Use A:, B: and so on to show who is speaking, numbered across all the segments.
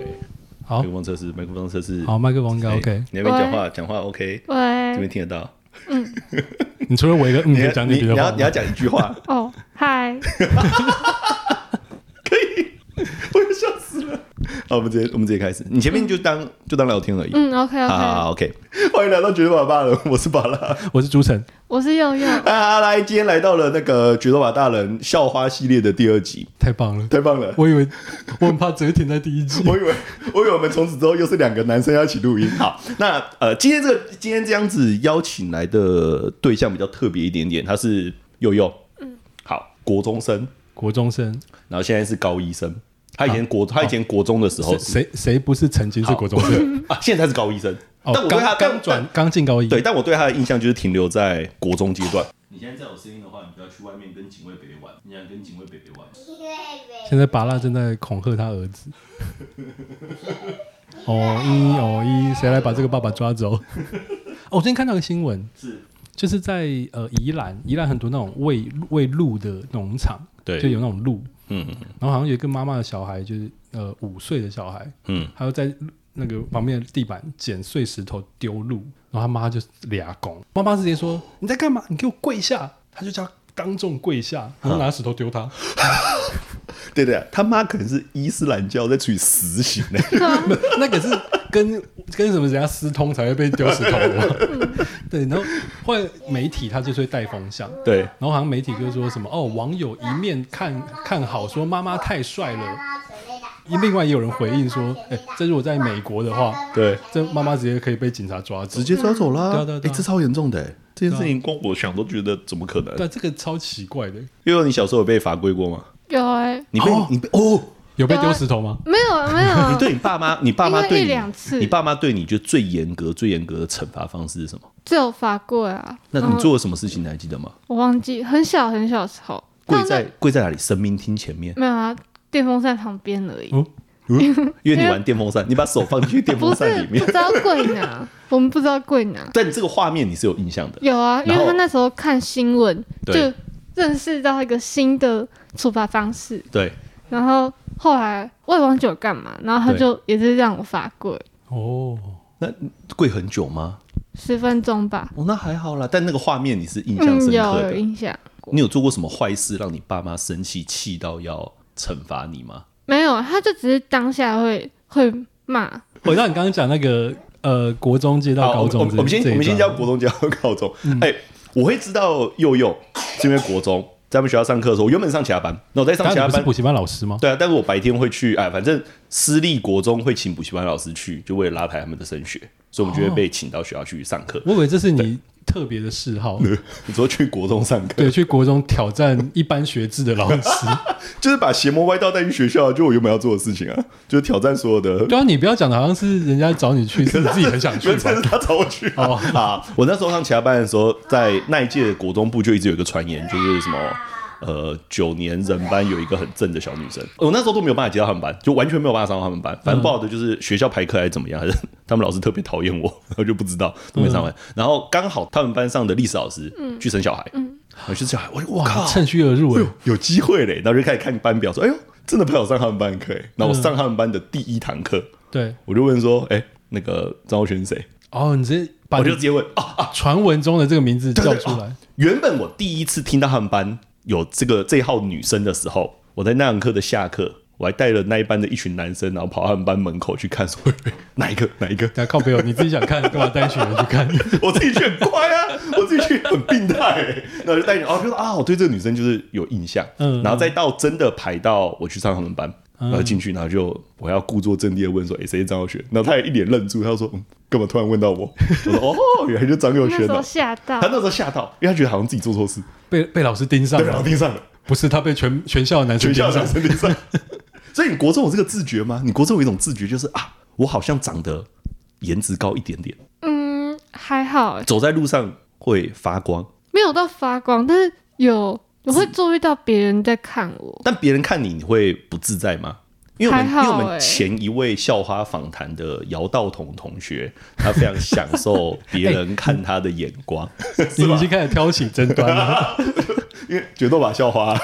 A: 麦
B: 好
A: 克，风测试，麦克风测试。
B: 好，麦克风应该
A: 哎
B: OK。
A: 你那边讲话讲话 OK，这边
C: 喂，
A: 听得到。
B: 你除了我一个嗯，可以讲
A: 你
B: 你
A: 你
B: 别
A: 要
B: 的
A: 你要
B: 话。
A: 讲一句 话，
C: 哦，嗨，
A: 我要笑死了。好，我们直接我们直接开始。你前面就当就当聊天而已。
C: 嗯，OK
A: 好好
C: OK，
A: 好，OK。欢迎来到绝对老大人，我是巴拉。
B: 我是朱晨，
C: 我是佑佑，
A: 啊，来，今天来到了那个《决斗吧大人》校花系列的第二集，
B: 太棒了！
A: 太棒了！
B: 我以为 我很怕只会停在第一集。
A: 我以为，我以为我们从此之后又是两个男生要一起录音。好，那呃，今天这个今天这样子邀请来的对象比较特别一点点，他是佑佑，嗯，好，国中生，
B: 国中生，
A: 然后现在是高一生。他以前国，他以前国中的时候
B: 谁
A: 是
B: 谁谁啊不是曾经是国中生？
A: 啊，现在他是高一生。
B: 哦
A: 但，我对他
B: 刚刚转刚进高一，
A: 对，但我对他的印象就是停留在国中阶段。你现在在有声音的话，你不要去外面跟警卫北北玩，你想跟警卫北北玩。
B: 现在拔蜡正在恐吓他儿 子。哦一哦一，谁来把这个爸爸抓 走？哦，我今天看到个新闻，
A: 是，
B: 就是在呃宜兰，宜兰很多那种喂喂鹿的农场，
A: 对
B: 就有那种鹿，
A: 嗯
B: 然后好像有一个妈妈的小孩，就是呃五岁的小孩，
A: 嗯，
B: 他就在那个旁边的地板捡碎石头丢鹿，然后他妈就俩拱，妈妈直接说你在干嘛？你给我跪下！他就叫他当众跪下，然后拿石头丢
A: 啊
B: 他。
A: 对对、啊，他妈可能是伊斯兰教在处以死刑欸呢、
B: 那个是跟跟什么人家私通才会被丢石 头的，对。然后后来媒体他就是会带风向，
A: 对，
B: 然后好像媒体就说什么哦，网友一面看看好说妈嗯妈太帅了，另外也有人回应说，哎、这如果在美国的话，
A: 对，
B: 这妈嗯妈直接可以被警察抓走
A: 直。接抓走啦。
B: 对啊对啊啊对啊
A: 诶这超严重的、欸，这件事情光我想都觉得怎么可能？
B: 对，这个超奇怪的，
A: 因为你小时候有被罚跪过吗？
C: 有哎，
A: 你被、
B: 哦
A: 你被哦，
B: 有被丢石头吗？
C: 没有没
A: 你
C: 有，
A: 对你爸妈，你爸妈
C: 应该
A: 对
C: 一
A: 你
C: 两次
A: 你爸妈对你就最严格、最严格的惩罚方式是什么？
C: 只有罚跪啊，
A: 那
C: 然
A: 你
C: 后
A: 做了什么事情你还记得吗？
C: 我忘记，很小很小的时候，
A: 跪
C: 但
A: 在跪在哪里？神明厅前面，
C: 没有啊，电风扇旁边而已
B: 哦，
A: 因为你玩电风扇，你把手放进嗯去电
C: 不
A: 风
C: 是
A: 扇里
C: 啊不
A: 面。
C: 知道跪 哪，我们不知道跪哪，
A: 但你这个画面你是有印象的，
C: 有啊，因
A: 然
C: 为
A: 后
C: 他那时候看新闻
A: 对
C: 就认识到一个新的处罚方式，
A: 对，
C: 然后后来我也忘记我干嘛，然后他
A: 对
C: 就也是让我罚跪
A: 啊
B: 哦，
A: 跪很久吗？
C: 十分钟吧，
A: 哦，那还好啦。但那个画面你是印象
C: 嗯，
A: 深
C: 有
A: 刻
C: 有
A: 的。
C: 印象。
A: 你有做过什么坏事让你爸妈生气，气到要惩罚你吗？
C: 没有，他就只是当下会会骂，
B: 回到你刚刚讲那个呃，国中接到
A: 好，
B: 高中
A: 啊我们
B: 这，
A: 我们先
B: 这一
A: 我们先
B: 段嗯
A: 教国中教到高中。哎、我会知道佑佑是因为国中在我们学校上课的时候，我原本上其他班，那我在上
B: 当
A: 其
B: 然
A: 他
B: 你不是
A: 班
B: 补。习班老师吗？
A: 对啊，但是我白天会去，哎，反正私立国中会请补习班老师去，就为了拉抬他们的升学，所以我们就
B: 哦
A: 会被请到学校去上课。
B: 我以为这是你特别的嗜好，
A: 你说去国中上课，
B: 对，去国中挑战一般学制的老 师。
A: 就是把邪魔歪道带去学校，就我原本要做的事情啊，就是挑战所有的
B: 对啊，你不要讲的好像是人家找 你去，是你自己很想去
A: 这
B: 吧
A: 是？他找我去啊！
B: 哦
A: 啊，我那时候上其他班的时候，在那一届的国中部就一直有一个传言，就是什么呃九年人班有一个很正的小女生，我那时候都没有办法接到他们班，就完全没有办法上到他们班。反正不好的就是学校排课还是怎么样，还是他们老师特别讨厌我， 然后就不知道都没上
B: 嗯
A: 完。然后刚好他们班上的历史老师去生小孩，我去生小孩，我就哇靠
B: 嗯哇，，趁虚而入
A: 哎呦
B: 哎！
A: 有机会嘞！然后就开始看班表，说哎呦，真的陪我上他们班课欸。然后我
B: 嗯
A: 上他们班的第一堂课，
B: 对，
A: 我就问说，哎。那个张浩轩是谁？
B: 哦，你直接把
A: 我就
B: 你
A: 直接问啊啊，
B: 传闻中的这个名字
A: 对
B: 叫
A: 对
B: 出来
A: 啊。原本我第一次听到他们班有这个这一号女生的时候，我在那堂课的下课，我还带了那一班的一群男生，然后跑到他们班门口去看说， 哎哪一个哪一个，
B: 等下啊靠朋哦友，你自己想看，干嘛带一群人去看？
A: 我自己去很乖啊，我自己去很病态、欸，然后就带你，哦，就说啊，我对这个女生就是有印象，
B: 嗯
A: 然后再到真的排到我去上他们班，然后进去，然后就我要故作镇定的问说，哎、谁是张耀学？然后他也一脸愣住，他就说，嗯，干嘛突然问到我？我说，哦，原来就张耀
C: 那
A: 轩
C: 时候
A: 哦。
C: 吓到
A: 他，那时候吓到，因为他觉得好像自己做错事，
B: 被被老师盯上
A: 对，然后
B: 了，
A: 盯上了。
B: 不是他被全全校的男生
A: 全校
B: 盯
A: 长
B: 上。
A: 身体 上。所以你国中有这个自觉吗？你国中有一种自觉，就是啊，我好像长得颜值高一点点，
C: 嗯，还好欸，
A: 走在路上会发光，
C: 没有到发光，但是有我会注意到别人在看我，
A: 但别人看你，你会不自在吗？因为我们、
C: 还好
A: 因为我们
C: 欸
A: 前一位校花访谈的姚道彤同学，他非常享受别人看他的眼 光，
B: 你
A: 是
B: 已
A: 吧
B: 经？开始挑起争 端了。
A: 嗯因为决斗吧校花，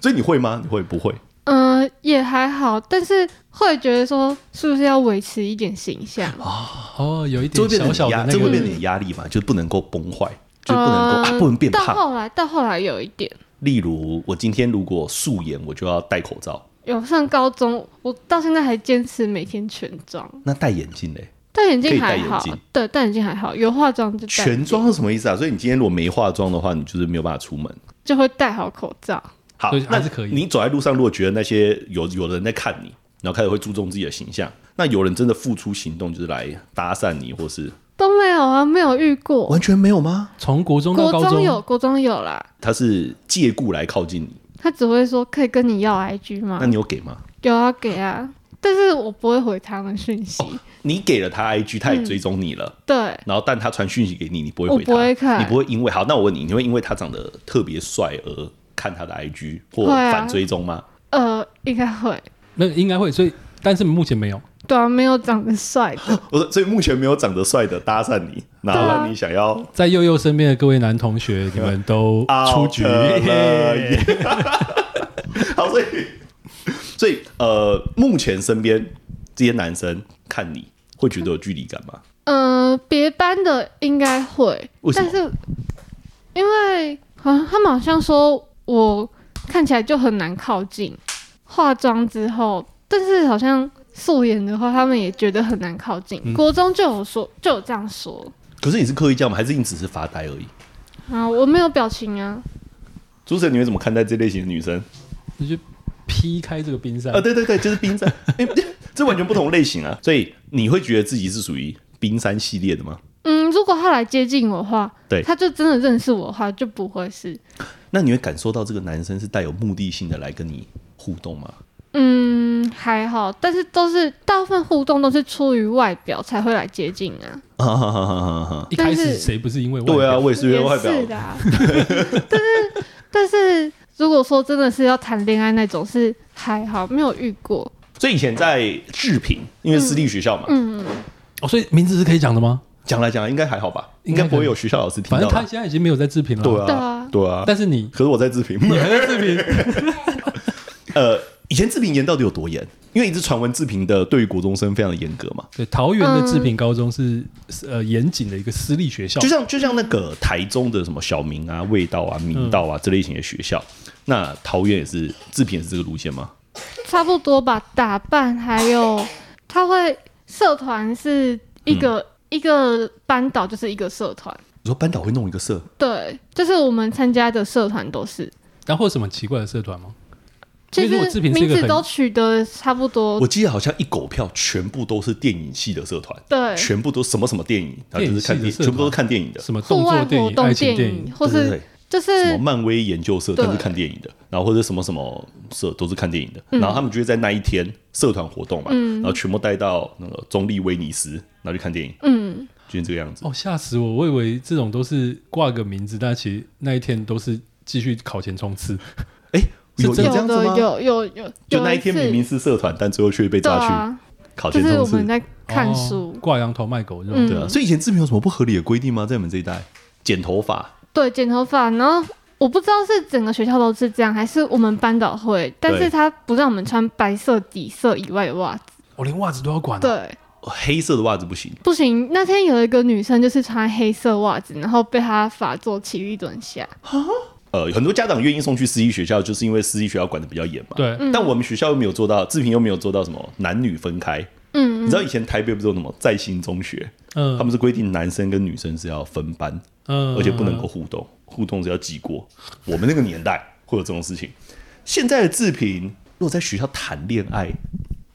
A: 所以你会吗？你会不会？
C: 嗯，也还好，但是会觉得说是不是要维持一点形象？
B: 哦，有一
A: 这会变
B: 点
A: 成
B: 小
A: 你
B: 小的
A: 压，
B: 那
A: 这会变成
B: 个
A: 你压力嘛？就是不能够崩坏，就是不能够、
C: 呃
A: 啊不能变
C: 到
A: 胖。
C: 后来，到后来有一点，
A: 例如，我今天如果素颜，我就要戴口罩，
C: 有上高中，我到现在还坚持每天全妆，
A: 那戴眼镜嘞？
C: 戴眼镜
A: 可
C: 还好
A: 以戴眼镜，
C: 对，戴眼镜还好，有化妆就戴，
A: 全妆是什么意思啊？所以你今天如果没化妆的话，你就是没有办法出门。
C: 就会戴好口罩。
A: 好
B: 对，
A: 那
B: 还是可以
A: 你走在路上，如果觉得那些有有人在看你，然后开始会注重自己的形象，那有人真的付出行动，就是来搭讪你，或是
C: 都没有啊，没有遇过。
A: 完全没有吗？
B: 从国中到
C: 国
B: 高
C: 中
A: 啊
B: 中
C: 有，国中有啦，
A: 他是借故来靠近你，
C: 他只会说可以跟你要 IG 吗
A: 那？你有给吗？
C: 有啊，给啊，但是我不会回他们讯息。
A: 你给了他 IG，他也追踪你了，
C: 对，
A: 然后但他传讯息给你，你不会
C: 我
A: 回他，
C: 不会看
A: 你不会因为好，那我问你，你会因为他长得特别帅而看他的 IG 或
C: 会啊
A: 反追踪吗？
C: 呃，应该会。
B: 那应该会，所以但是目前没有。
C: 对啊，没有长得帅的，
A: 我说，所以目前没有长得帅的搭讪你，然后
C: 对啊
A: 让你想要
B: 在佑佑身边的各位男同学，你们都出局
A: Out 了耶 好，所以所以呃，目前身边这些男生看你会觉得有距离感吗？
C: 呃，别班的应该会
A: 为，什么
C: 但是因为好像他们好像说我看起来就很难靠近，化妆之后，但是好像素颜的话，他们也觉得很难靠近。
A: 嗯
C: 国中就有说，就有这样说
A: 可是你是刻意这样吗？还是你只是发呆而已？
C: 啊，我没有表情啊，
A: 主持人，你会怎么看待这类型的女生？
B: 你就劈开这个冰山
A: 啊，。对对对，就是冰山，哎 这完全不同类型啊。所以你会觉得自己是属于冰山系列的吗？
C: 嗯，如果他来接近我的话，
A: 对
C: 他就真的认识我的话，就不会是，
A: 那你会感受到这个男生是带有目的性的来跟你互动吗？
C: 嗯，还好，但是都是大部分互动都是出于外表才会来接近啊。
A: 啊哈哈哈哈哈！
B: 一开
C: 但
B: 始
C: 是
B: 谁不是因为外
A: 对啊，
B: 表，
A: 我也是因为外表
C: 也是的啊、 但是但是如果说真的是要谈恋爱那种，是还好没有遇过。
A: 所以以前在志平，因为私立学校嘛，
C: 嗯
B: 哦，所以名字是可以讲的吗？
A: 讲来讲来应该还好吧，应
B: 应
A: 该
B: 该
A: 不会有学校老师听
B: 反
A: 到
B: 正
A: 吧
B: 他。现在已经没有在制品了。
A: 对
C: 对
A: 啊
C: 啊，
A: 对啊。
B: 但是你
A: 可是我在志平，
B: 你还在制品，
A: 呃，以前志平严到底有多严？因为一直传闻志平的对于国中生非常的严格嘛，
B: 对桃园的制
C: 嗯
B: 品高中是是呃严谨的一个私立学校
A: 就，像就像那个台中的什么小明啊、味道啊、明道啊、这类型的学校，那桃园也是志平也是这个路线吗？
C: 差不多吧，打扮还有他会社团是一个、
A: 嗯
C: 一个班导就是一个社团，
A: 你说班导会弄一个社，
C: 对，就是我们参加的社团都是。
B: 然后有什么奇怪的社团吗？
C: 其
B: 因为如果
C: 实
B: 志平是一
C: 名
B: 个
C: 字
B: 很
C: 都取得差不多
A: 我，记得好像一狗票全部都是电影系的社团，
C: 对，
A: 全部都什么什么电影，然后就是看电
B: 电影系
A: 影，
B: 的社团
A: 全部都是看电影的，
B: 什么动
C: 户外
B: 作电
C: 活
B: 影、
C: 动
B: 爱情电
C: 影
B: 影？
C: 或
A: 对对
C: 是
A: 对。
C: 就
A: 什
C: 是
A: 么漫威研究社，但是
C: 对
A: 看电影的，然后或者什么什么社都是看电影的，然后他们就会在那一天社团活动嘛，然后全部带到那个中立威尼斯，然后去看电影，
C: 嗯，
A: 就是这个样子。
B: 哦，吓死我！我以为这种都是挂个名字，但其实那一天都是继续考前冲刺。
A: 哎，有有
B: 是
A: 这
B: 真的
A: 样
C: 有
A: 子
C: 的
A: 吗？
C: 有有有，
A: 就
C: 有
A: 那一
C: 一
A: 天
C: 次
A: 明明是社团，但最后却被
C: 对
A: 抓去
C: 啊，
A: 考前
C: 就是
A: 冲
C: 我
A: 刺
C: 们，在看
B: 哦
C: 书，
B: 挂羊头卖狗肉。
C: 嗯
A: 对啊。所以以前志平有什么不合理的规定吗？在我们这一代，剪头发
C: 对，剪头发，然后我不知道是整个学校都是这样，还是我们班导会，但
A: 对
C: 是他不让我们穿白色底色以外的袜子，
B: 我连袜子都要管啊。
C: 对，
A: 黑色的袜子不行，
C: 不行。那天有一个女生就是穿黑色袜子，然后被她罚做起立蹲下，
A: 呃，很多家长愿意送去私立学校，就是因为私立学校管的比较严嘛。
B: 对
A: 但我们学校又没有做到，志平又没有做到什么男女分开。
C: 嗯
A: 你知道以前台北不是有什么在兴中学，
B: 嗯，
A: 他们是规定男生跟女生是要分班，
B: 嗯，
A: 而且不能够互动，互动是要记过。我们那个年代会有这种事情。现在的志平如果在学校谈恋爱，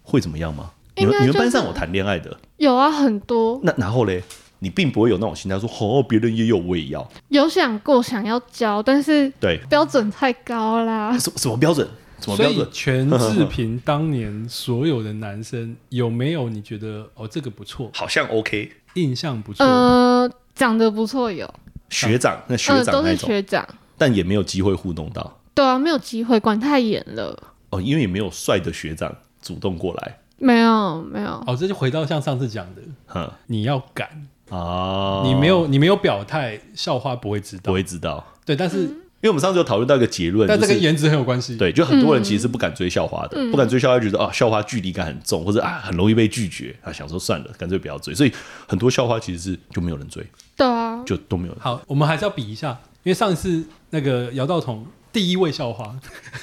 A: 会怎么样吗？你们
C: 应该
A: 你
C: 就是
A: 们班上有谈恋爱的，
C: 有啊，很多
A: 那然后嘞，你并不会有那种心态说哦，别人也有，我也要。
C: 有想过想要教，但是
A: 对，
C: 标准太高啦。
A: 什什么标准？什么
B: 所
A: 标
B: 以
A: 准？
B: 全志平当年所有的男生有没有你觉得哦这个不错，
A: 好像 OK，
B: 印象不错？
C: 呃，长得不错有，
A: 学长那学
C: 嗯、
A: 长
C: 都
A: 那
C: 是
A: 种，
C: 学长，
A: 但也没有机会互动到
C: 对啊，没有机会，管太严了，
A: 哦，因为也没有帅的学长主动过来，
C: 没有没有，
B: 哦，这就回到像上次讲的，
A: 哼
B: 你要敢，
A: 啊，
B: 你没有你没有表态，校花不会知
A: 不
B: 道。
A: 会知道。
B: 对，但是
A: 为我们上次有讨论到一个结论，
B: 但
A: 就
B: 这
A: 是
B: 跟颜值很有关系。，
A: 对，就很多人其
C: 嗯
A: 实是不敢追校花的，不敢追校花，觉得啊校花距离感很重，或者啊很容易被拒绝啊，想说算了，干脆不要追。所以很多校花其实是就没有人追，
C: 对啊，
A: 就都没 有人。
B: 好，我们还是要比一下，因为上一次那个姚道彤第一位校花，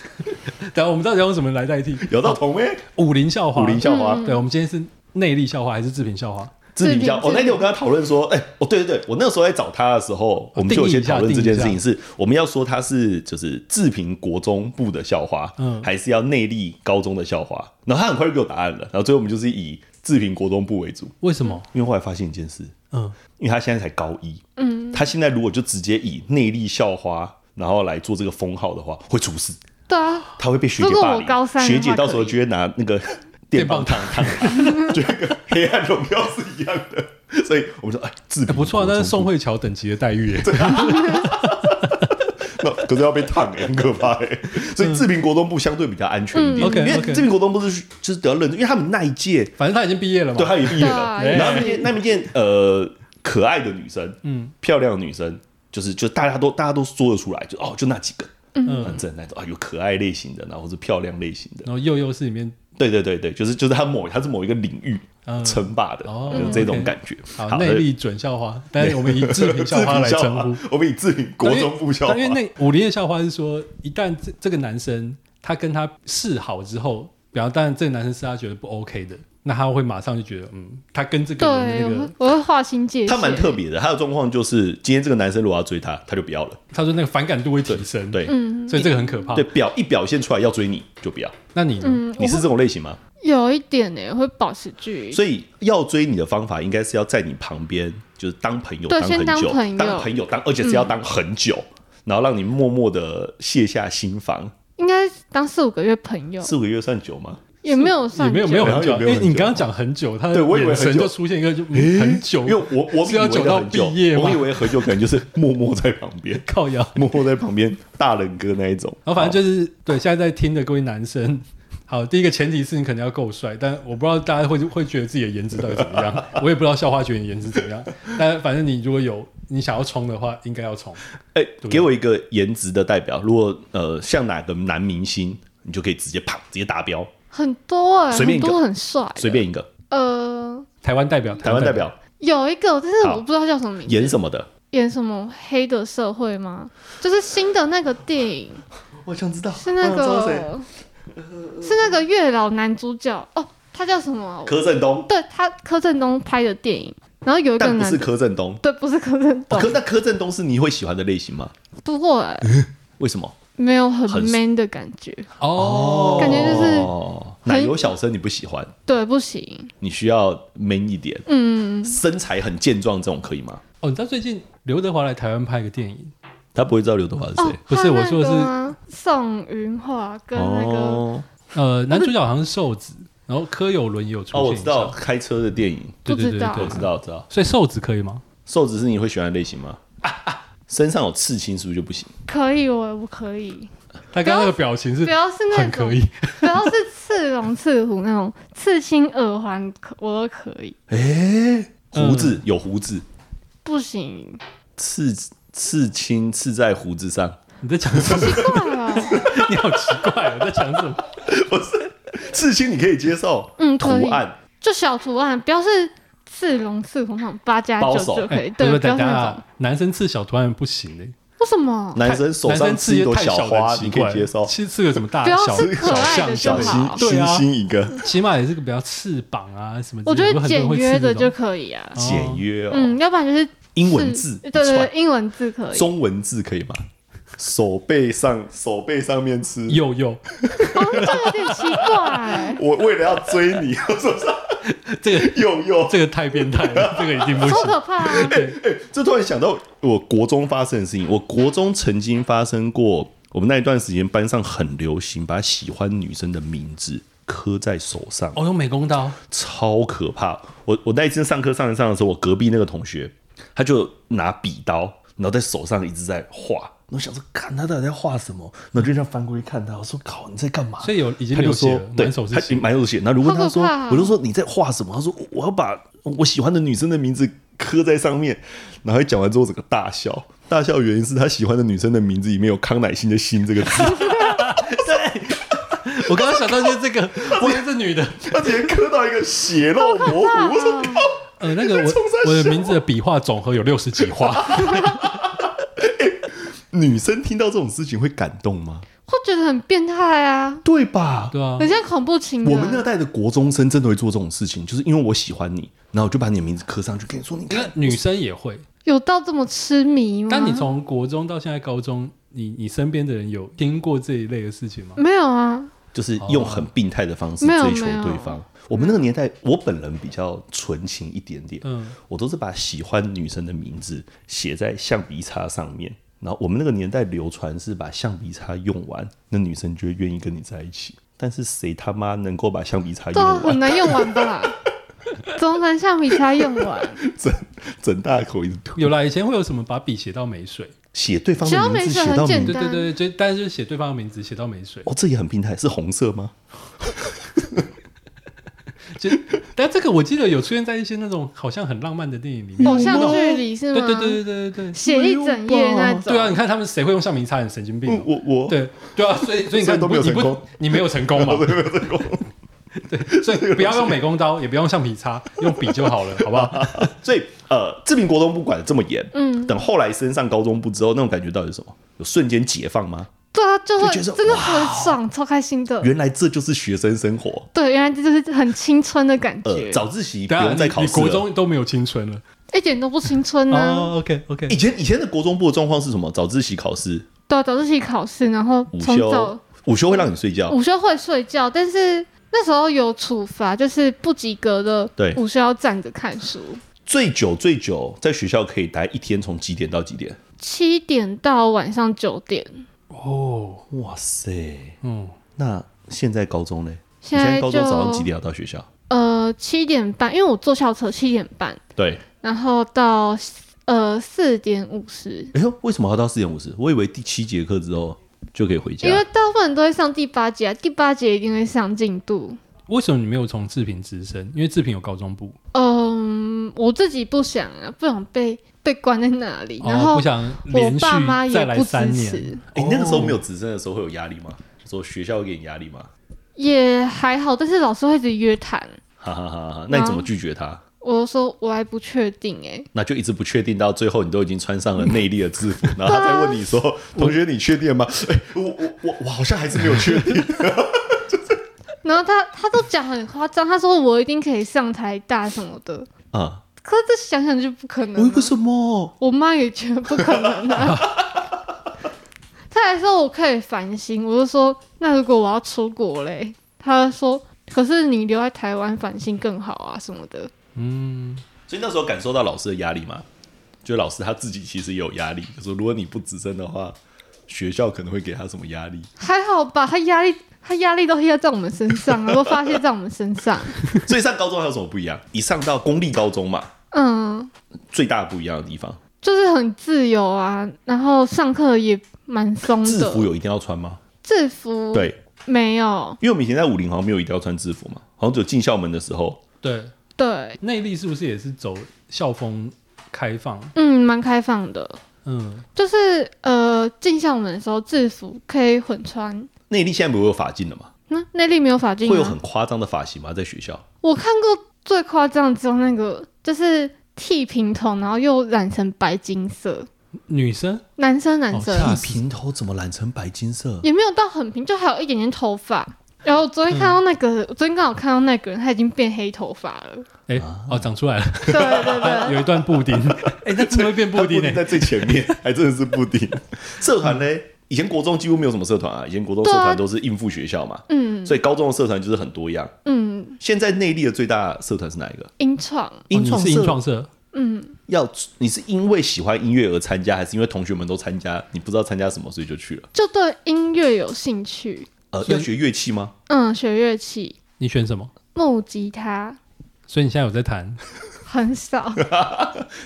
B: 等下我们到底要用什么来代替？
A: 有到同位
B: 武林校花，
A: 武林校花
C: 嗯、
B: 对，我们今天是内力校花还是志平校花？
A: 志平校，
C: 志平
A: 我那天我跟他讨论说，哎，哦对对对，我那时候在找他的时候，我们就有先讨论这件事
B: 哦定义
A: 情，
B: 一
A: 是我们要说他是就是志平国中部的校花，
B: 嗯
A: 还是要内力高中的校花？然后他很快就给我答案了，然后最后我们就是以志平国中部为主，
B: 为什么？
A: 因为后来发现一件事，
B: 嗯，
A: 因为他现在才高一，
C: 嗯，
A: 他现在如果就直接以内力校花，然后来做这个封号的话，会出事，
C: 对啊，
A: 他会被学姐
C: 如果
A: 霸
C: 我
A: 凌。
C: 高三的话
A: 学姐到时候就会拿那个电棒烫烫他，就跟黑暗荣耀是一样的。 所以我们说，哎，自
B: 哎、
A: 评
B: 不错、啊，
A: 国
B: 那
A: 中
B: 是宋慧乔等级的待遇耶。
A: 那可是要被烫、欸，很可怕、欸。所以自评国中部相对比较安全一
C: 嗯
A: 点，
B: 嗯 OK，OK
A: 因为自评国中部是就是得要认，因为他们那一届
B: 反正他已经毕业了嘛
A: 对，。他也毕业
C: 对
A: 了
B: 哎
C: 啊。
A: 然后那件那一件呃可爱的女生，
B: 嗯
A: 漂亮的女生，就是就大家都大家都说得出来，就哦就那几个，很
B: 嗯，
A: 正那种啊，有可爱类型的，然后是漂亮类型的，
B: 然后幼幼是里面
A: 对对对对，就是就是他某他是某一个领域
B: 嗯
A: 称霸的，
B: 哦
A: 有这种
B: OK
A: 感觉。呃
B: 好内力准校花，但是我们以志平校花来称呼。
A: 呼，我们以志平国中部校花
B: 但，因为那武林的校花是说，一旦这这个男生他跟他示好之后，比方当然这个男生是他觉得不 OK 的，那他会马上就觉得，嗯，他跟这个人
C: 对，
B: 的
C: 我
B: 那
C: 会
B: 个，
C: 我会划清界限。
A: 他蛮特别的。他的状况就是，今天这个男生如果要追他，他就不要了。
B: 他说那个反感度会提升，，
A: 对
C: 嗯
B: 所以这个很可怕。
A: 对，，表一表现出来要追你就不要。
B: 那你呢？
C: 嗯，
A: 你
C: 我
A: 是
C: 会
A: 这种类型吗？
C: 有一点呢，会保持距离。
A: 所以要追你的方法应该是要在你旁边，就是当朋友，
C: 对
A: 很
C: 先当
A: 久，
C: 朋友
A: 当朋友，嗯当而且是要当很久，然后让你默默的卸下心防。
C: 应该当四五个月朋友，
A: 四个月算久吗？
C: 也没有算
B: 也没有
C: 久
B: 没有很
A: 然后也
B: 久，
A: 没
B: 因
A: 有很久
B: 为
A: 啊
B: 你刚刚讲很久，他的
A: 对我以为
B: 眼
A: 很久
B: 神就出现一个就嗯很久，
A: 因为我我
B: 是要
A: 以为
B: 久
A: 的
B: 到
A: 很久
B: 毕业吗，
A: 我以为很久可能就是默默在旁 边
B: 靠腰。
A: 默默在旁边大人哥那一种。哦
B: 然后反正就是对现在在听的各位男生，好，第一个前提是你可能要够帅，但我不知道大家会会觉得自己的颜值到底怎么样， 我也不知道校花觉得你颜值怎么样， 但反正你如果有你想要冲的话，应该要冲。
A: 哎、给我一个颜值的代表，如果呃像哪个男明星，你就可以直接啪直接达标，
C: 很多哎，
A: 随便一
C: 很
A: 个
C: 多很帅，
A: 随。便一个
C: 呃，
B: 台湾代表，
A: 台湾代，表
C: 有一个，但是
A: 好
C: 我不知道叫什么名字，
A: 演什么的，
C: 演什么黑的社会吗？就是新的那个电影，
A: 我想知道哦
C: 是那
B: 嗯
C: 个是那个月老男主角哦，他叫什么啊？
A: 柯震东，
C: 对他柯震东拍的电影，然后有一个
A: 但不
C: 男
A: 是
C: 的，
A: 柯震东。
C: 对，不是柯震
A: 哦
C: 东，
A: 可那柯震东是你会喜欢的类型吗？
C: 不过哎
A: 为什么？
C: 没有很
A: 很
C: man 的感觉，
B: 哦，
C: 感觉就是
A: 哦奶油小生你不喜欢，
C: 对，不行，
A: 你需要 man 一点，
C: 嗯，
A: 身材很健壮这种可以吗？
B: 哦，你知道最近刘德华来台湾拍一个电影，
A: 他不会知道刘德华是
C: 哦
A: 谁。，
B: 不是
C: 还有
B: 我说的是
C: 那个啊宋云画跟那个
A: 哦
B: 呃，男主角好像是瘦子，然后柯有伦也有出现，
A: 哦，我知道，开车的电影，
B: 对对
C: 不
B: 对
C: 知道
A: 我
B: 对
A: 知，道，我知道。
B: 所以瘦子可以吗？
A: 瘦子是你会喜欢的类型 吗？身上有刺青是不是就不行？
C: 可以，我我可以，
B: 他刚刚那个表情是
C: 不要是那
B: 很
C: 种
B: 可以，
C: 不要是刺龙刺虎那种，刺青耳环可我都可以，
A: 胡
B: 嗯
A: 子有胡子，
C: 不行，
A: 刺刺青刺在胡子上，
B: 你在讲什么？
C: 奇怪了，
B: 你好奇怪，我在讲什么？
A: 不是刺青你可以接受，
C: 嗯，可
A: 图
C: 以，
A: 案
C: 就小图案，不要是刺龙刺虎那种八加
A: 包
C: 九
A: 手
C: 就可
B: 不
C: 以，哎对，
B: 是
C: 不
B: 等
C: 要
B: 等
C: 是那
B: 下啊
C: 种，，
B: 男生刺小图案不行嘞、欸
C: 为什么？
A: 男生手上
B: 男生
A: 刺
B: 刺
A: 一朵
B: 太小
A: 花，
B: 的奇
A: 你可
B: 怪
A: 以接受。
B: 其实刺个什么大
C: 不要
B: 小
C: 刺 可爱的
B: 小
A: 小
B: 象
C: 就
B: 象，
A: 心
C: 好
B: 对
A: 星
B: 啊
A: 星一个，
B: 起码也是个比较翅膀啊什么之
C: 我
B: 类
C: 觉
B: 的。
C: 得简约的就可以啊，
B: 哦
A: 简约哦，
C: 嗯，要不然就是
A: 英文字
C: 对对
A: 串
C: 对，英文字可以，
A: 中文字可以吗？手背上手背上面吃，
B: 有有，
C: 哦这有点奇 怪，
A: 我为了要追你， 我手上
B: 这个
A: 有有。
B: 这个太变态 了，这个一定不
C: 超
B: 行。
C: 可怕啊！
A: 这突然想到我国中发生的事情，我国中曾经发生过，我们那一段时间班上很流行把喜欢女生的名字刻在手上，
B: 哦，用美工刀，
A: 超可怕。我我那一次上课上一上的时候，我隔壁那个同学他就拿笔刀，然后在手上一直在画。我想说，看他到底在画什么，然后就这样翻过去看他，我说：“靠，你在干嘛？”
B: 所以有已经
A: 他就
B: 流血
A: 说
B: 了，，
A: 对，
B: 满手是
A: 他已经
B: 血。
A: 满手血。然后我问他说
C: 好可怕哦，
A: 我就说你在画什么？他说我我要把我喜欢的女生的名字刻在上面。然后一讲完之后，整个大笑。大笑的原因是他喜欢的女生的名字里面有康乃馨的“馨”这个 字，
B: 我刚刚想到就是这个，我是这女 的，
A: 他直接磕到一个血肉模
C: 啊
A: 糊。我说靠，
B: 呃，那个我我的名字的笔画总和有六十几画，
A: 女生听到这种事情会感动吗？
C: 会觉得很变态啊，
A: 对吧？
B: 对 啊
C: 很，像恐怖情人。
A: 哦我们那代的国中生真的会做这种事情，就是因为我喜欢你，然后我就把你的名字刻上去，跟你说，你看
B: 那女生也会。
C: 有到这么痴迷吗？
B: 但你从国中到现在高中，你你身边的人有听过这一类的事情吗？
C: 没有啊？
A: 就是用很病态的方式
C: 没有
A: 追求
C: 没有
A: 对方。我们那个年代，我本人比较纯情一点点，
B: 嗯，
A: 我都是把喜欢女生的名字写在橡皮擦上面。然后我们那个年代流传是把橡皮擦用完，那女生就会愿意跟你在一起。但是谁他妈能够把橡皮擦
C: 对
A: 用
C: 啊，
A: 完？
C: 很难用 完吧？中南橡皮擦用完，
A: 整大口一直吐，
B: 有啦，以前会有什么把笔写到没水，
A: 写对方的名字
C: 只要没事
A: 写到
C: 很简
A: 名
B: 对
A: 字，
C: 单
B: 对对，就但是就写对方的名字写到没水，
A: 哦，这也很病态，是红色吗？
B: 就但这个我记得有出现在一些那种好像很浪漫的电影里面，
C: 偶像剧里是
B: 对
C: 吗？
B: 对对对对对对，
C: 写一整页那种。
B: 对啊，你看他们谁会用橡皮擦，很神经病
A: 嗯
B: 哦、
A: 我我
B: 对对啊，所以所以你
A: 所
B: 看
A: 以都没有
B: 你不
A: 成功
B: 你没有成功嘛，没有成功。 对，所以不要用美工刀，也不要用橡皮擦，用笔就好了，好不好？
A: 所以呃，志平国中部管得这么严，
C: 嗯，
A: 等后来升上高中部之后，那种感觉到底是什么？有瞬间解放吗？
C: 对啊，就会
A: 就觉得
C: 真的很爽，超开心
B: 呃
C: 的。
A: 原来这就是学生生活。对
C: 对，原来这就是很青春的感
A: 呃，
C: 觉，
A: 早自习不
B: 对啊，
A: 用
B: 你
A: 再考
B: 你
A: 试
B: 国
A: 了。
B: 中都没有青春了。
C: 一点都不青春啊！
B: 哦，OK OK，
A: 以前以前的国中部的状况是什么？早自习考试，
C: 对啊，早自习考试，然后
A: 午
C: 从早
A: 休，午休会让你睡觉。
C: 午休会睡觉，但是那时候有处罚，就是不及格的
A: 对
C: 午休要站着看书，
A: 最久最久在学校可以待一天，从几点到几点？
C: 七点到晚上九点。
B: 哦，
A: 哇塞！
B: 嗯，
A: 那现在高中呢？
C: 现
A: 你
C: 在就
A: 高中早上几点要到学 校？
C: 呃七点半，因为我坐校车七点半，
A: 对，
C: 然后到呃四点五十，
A: 哎呦，为什么要到四点五十？我以为第七节课之后就可以回家
C: 因。为大部分人都会上第八节、啊，第八节一定会上进度。
B: 为什么你没有从志平直升？因为志平有高中部，
C: 嗯，我自己不想啊，不想被被关在那里，然
B: 哦、
C: 后
B: 不想连
C: 我
B: 续
C: 爸妈
B: 再
C: 也
B: 来
C: 不
B: 三
C: 支
B: 年。
C: 持，
A: 哎、那个时候没有直升的时候会有压力吗？说学校会给你压力吗？
C: 也还好，但是老师会一直约谈。
A: 哈哈哈哈！那你怎么拒绝他？
C: 我就说我还不确定哎、
A: 那就一直不确定，到最后你都已经穿上了内力的制服，然后他再问你说：“同学，你确定吗？”哎、我我我我好像还是没有确定。
C: 然后他他都讲很夸张，他说我一定可以上台大什么的，
A: 啊，
C: 可是这想想就不可能、
A: 为
C: 啊。
A: 什么？
C: 我妈也觉得不可能啊。 她还说我可以反省，我就说那如果我要出国嘞，她说可是你留在台湾反省更好啊什么的。
B: 嗯，
A: 所以那时候感受到老师的压力嘛，就老师他自己其实也有压力，就说如果你不直升的话，学校可能会给他什么压力。
C: 还好吧，她压力她压力都压在我们身上 啊，都发泄在我们身上。
A: 所以上高中还有什么不一样？一上到公立高中嘛，
C: 嗯，
A: 最大不一样的地方，
C: 就是很自由啊，然后上课也蛮松的。嗯
A: 制服有一定要穿吗？
C: 制服
A: 对，
C: 没有
A: 因为我们以前在武林好像没有一定要穿制服嘛，好像只有进校门的时候。
B: 对，
C: 对，
B: 内力是不是也是走校风开放？
C: 嗯，蛮开放的。
B: 嗯，
C: 就是呃，进校门的时候制服可以混穿，
A: 内力现在不会有法禁了嘛？
C: 那内力没有法禁、啊，
A: 会有很夸张的发型吗？在学校？
C: 我看过最夸张的只有那个，就是剃平头，然后又染成白金色，
B: 女生
C: 男生男生、
B: 哦
A: 剃平头怎么染成白金 色？
C: 也没有到很平，就还有一点点头发。然后我昨天看到那个，我昨天刚好看到那个人，他已经变黑头 发了。
B: 哎、哦，长出来了，
C: 对对对，
B: 有一段布丁， 哎、那真的会变布丁
A: 他
B: 哎、
A: 在最前面，还真的是布丁。社团呢？以前国中几乎没有什么社团啊，以前国中社
C: 对啊
A: 团都是应付学校嘛，
C: 嗯
A: 所以高中的社团就是很多样。
C: 嗯，
A: 现在内力的最大社团是哪一个？
C: 音创，
B: 哦你是
A: 社
B: 音创社，
C: 嗯，
A: 要你是因为喜欢音乐而参加，还是因为同学们都参加，你不知道参加什么，所以就去了？
C: 就对音乐有兴趣，
A: 呃，
B: 所以
A: 要学乐器吗？
C: 嗯，学乐器，
B: 你选什么？
C: 木吉他
B: 所以你现在有在弹？
C: 很少，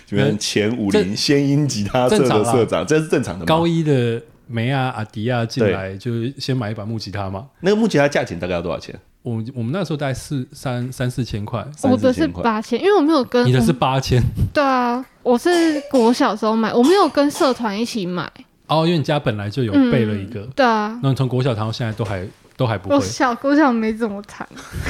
A: 你们前五零
B: 正
A: 仙音吉他社
B: 正常
A: 的
B: 啦
A: 社长，这是正常的吗？
B: 高一的梅啊、阿迪啊进来，就是先买一把木吉他嘛。
A: 那个木吉他价钱大概要多少钱？
B: 我们我们那时候大概四三三四千块，
A: 三
C: 我的
A: 四
C: 是
A: 千块
C: 八千，因为我没有跟
B: 你的
C: 我
B: 是八千
C: 对啊，我是国小时候买，我没有跟社团一起买。
B: 哦，因为你家本来就有
C: 嗯
B: 备了一个，
C: 对啊，
B: 那你从国小弹到现在都还都还不会
C: 我，小国小没怎么弹。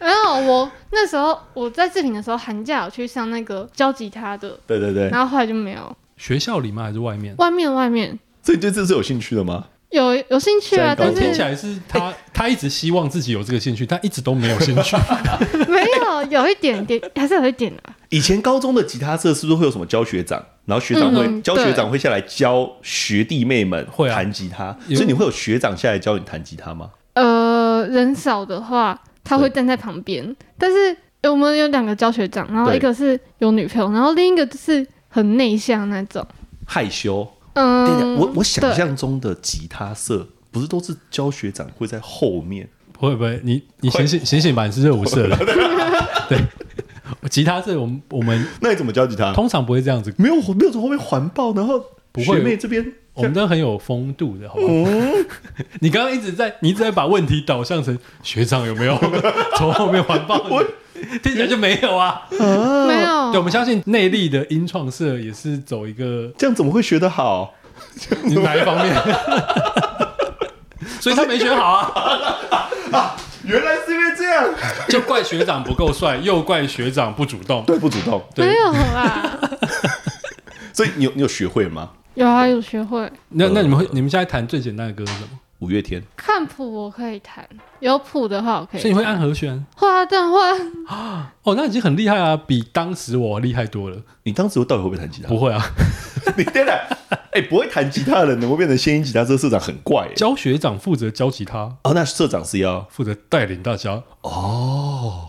C: 没有，我那时候我在志平的时候，寒假有去上那个教吉他的，
A: 对对对，
C: 然后后来就没有。
B: 学校里吗还是外面？
C: 外面外面
A: 所以你对这是有兴趣的吗？
C: 有有兴趣
A: 这
C: 啊，
A: 样
C: 但
B: 我
A: 搞
B: 听起
C: 是
B: 来是他、他一直希望自己有这个兴趣，但一直都没有兴趣。
C: 没有有一点点，还是有一点啊。
A: 以前高中的吉他社是不是会有什么教学长？然后学长会、
C: 嗯
A: 教
C: 对
A: 学长会下来教学弟妹们
B: 会啊
A: 弹吉他，
B: 有
A: 所以你会有学长下来教你弹吉他吗？
C: 呃，人少的话，他会站在旁边，但是呃我们有两个教学长，然后
A: 对
C: 一个是有女朋友，然后另一个就是很内向那种。
A: 害羞。
C: 嗯，
A: 等一下我我想
C: 对
A: 象中的吉他社不是都是教学长会在后面？
B: 不会不会，你你醒醒醒醒吧，你是热舞社的。 对，吉他社我们我们
A: 那你怎么教吉他？
B: 通常不会这样子，
A: 没有没有从后面环抱，然后
B: 不会
A: 学妹这边
B: 我们都很有风度的，好不好？ 你刚刚一直在你一直在把问题导向成学长有没 有从后面环抱你，听起来就没有啊。
C: 没
B: 对，我
C: 有，
B: 们相信内力的音创社也是走一个
A: 这样怎么会学得好？
B: 你哪一方面，所以他没学好啊，
A: 原来是因为这样，
B: 就怪学长不够帅，又怪学长不主动。
A: 对，不主动。
B: 对
C: 没 有啦，
A: 所以你有你有学会吗？
C: 有啊，有学会
B: 那那
A: 呃
B: 你们会你们现在弹最简单的歌是什么？
A: 五月天，
C: 看谱，我可以弹，有谱的话我可以
B: 所以哦
C: 弹。
B: 你会按和弦？
C: 会啊，但会
B: 哦，那已经很厉害啊，比当时我厉害多了。
A: 你当时到底会不会弹吉他？
B: 不会 啊，
A: 你天哪！哎、不会弹吉他的人能够变成现役吉他社社长很怪哎、
B: 教学长负责教吉他，
A: 哦，那社长是要
B: 负责带领大家哦，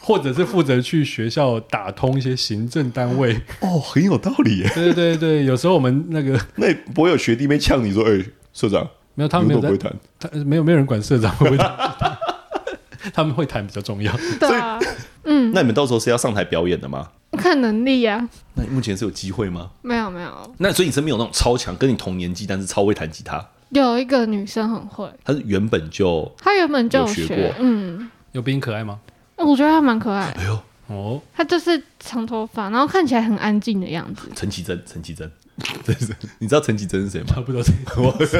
B: 或者是负责去学校打通一些行政单 位。
A: 哦，很有道理耶。
B: 对对对，有时候我们那个
A: 那不会有学弟妹呛你说：“哎、社长，
B: 没有，他们
A: 你
B: 没有
A: 怎么不会
B: 在，
A: 弹
B: 他没有没有人管社长会不会弹， 他们会弹比较重要。
C: 对啊，？”嗯，
A: 那你们到时候是要上台表演的吗？
C: 看能力呀。
A: 那你目前是有机会吗？
C: 没有没有，
A: 那所以你身边有那种超强，跟你同年纪但是超会弹吉他，
C: 有一个女生很会，
A: 他是原本就
C: 她原本就有
A: 有学过
C: 嗯，
B: 有比你可爱吗？
C: 我觉得她蛮可爱的，
A: 哎呦，
B: 哦，
C: 她就是长头发，然后看起来很安静的样子。
A: 陈绮贞，陈绮贞， 你知道陈绮贞是谁吗？
B: 差 不多这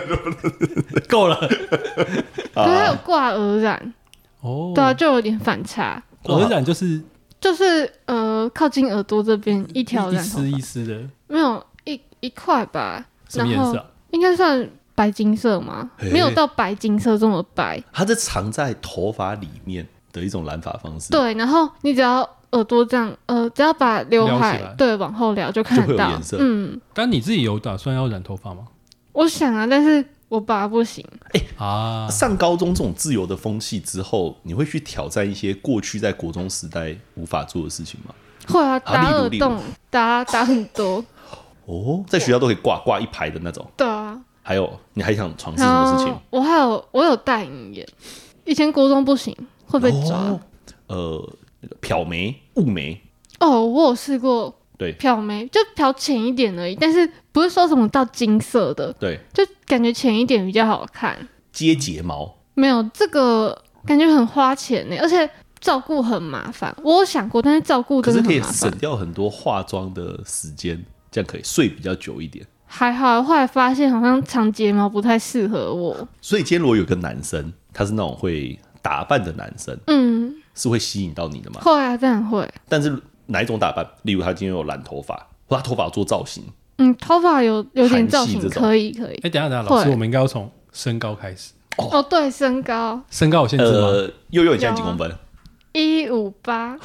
B: 个，够了。
C: 可是她有挂耳染，
B: 啊哦，
C: 对啊，就有点反差，
B: 耳染就是
C: 就是呃靠近耳朵这边一条
B: 一
C: 染头
B: 丝
C: 发，
B: 一丝的，
C: 没有一一块吧，
B: 什么颜色、啊？
C: 应该算白金色吗？
A: 嘿
C: 没有到白金色这么白。
A: 它是藏在头发里面的一种染发方式，
C: 对，然后你只要耳朵这样，呃，只要把刘
B: 撩起来
C: 海对往后撩就看
A: 就
C: 得
A: 会有
C: 到
A: 颜色。
C: 嗯，
B: 但你自己有打算要染头发吗？
C: 我想啊，但是我拔不行。
B: 啊，
A: 上高中这种自由的风气之后，你会去挑战一些过去在国中时代无法做的事情吗？
C: 会啊，
A: 好哦
C: 打
A: 例如
C: 耳
A: 例如
C: 洞，打打很多。
A: 哦，在学校都可以挂挂一排的那种。
C: 对啊，
A: 还有，你还想尝试什
C: 然
A: 么事
C: 后
A: 情？
C: 我还有我有戴隐眼，以前国中不行会被抓。
A: 哦呃，那个漂眉、雾眉，
C: 哦，我有试过
A: 对
C: 漂眉，就漂浅一点而已，但是不是说什么到金色的，
A: 对，
C: 就感觉浅一点比较好看。
A: 接睫毛，
C: 没有这个感觉很花钱呢，欸而且照顾很麻烦。我有想过，但是照顾
A: 可
C: 真
A: 是
C: 的
A: 可
C: 很
A: 以
C: 麻
A: 省
C: 烦。
A: 掉很多化妆的时间，这样可以睡比较久一点。
C: 还好，后来发现好像长睫毛不太适合我。
A: 所以今天如果有个男生，他是那种会打扮的男生，
C: 嗯，
A: 是会吸引到你的嘛？
C: 后来当然会。
A: 但是哪一种打扮？例如他今天有染头发，或他头发有做造型，
C: 嗯，头发有有点造
A: 韩系
C: 型，
A: 这种
C: 可以可以。
B: 哎、等一下等一下，老师，
C: 会
B: 我们应该要从身高开始。
C: 哦，对，身高
B: 身高有限制吗？
A: 呃，悠悠你现在几公
B: 啊
A: 分？
C: 一五八，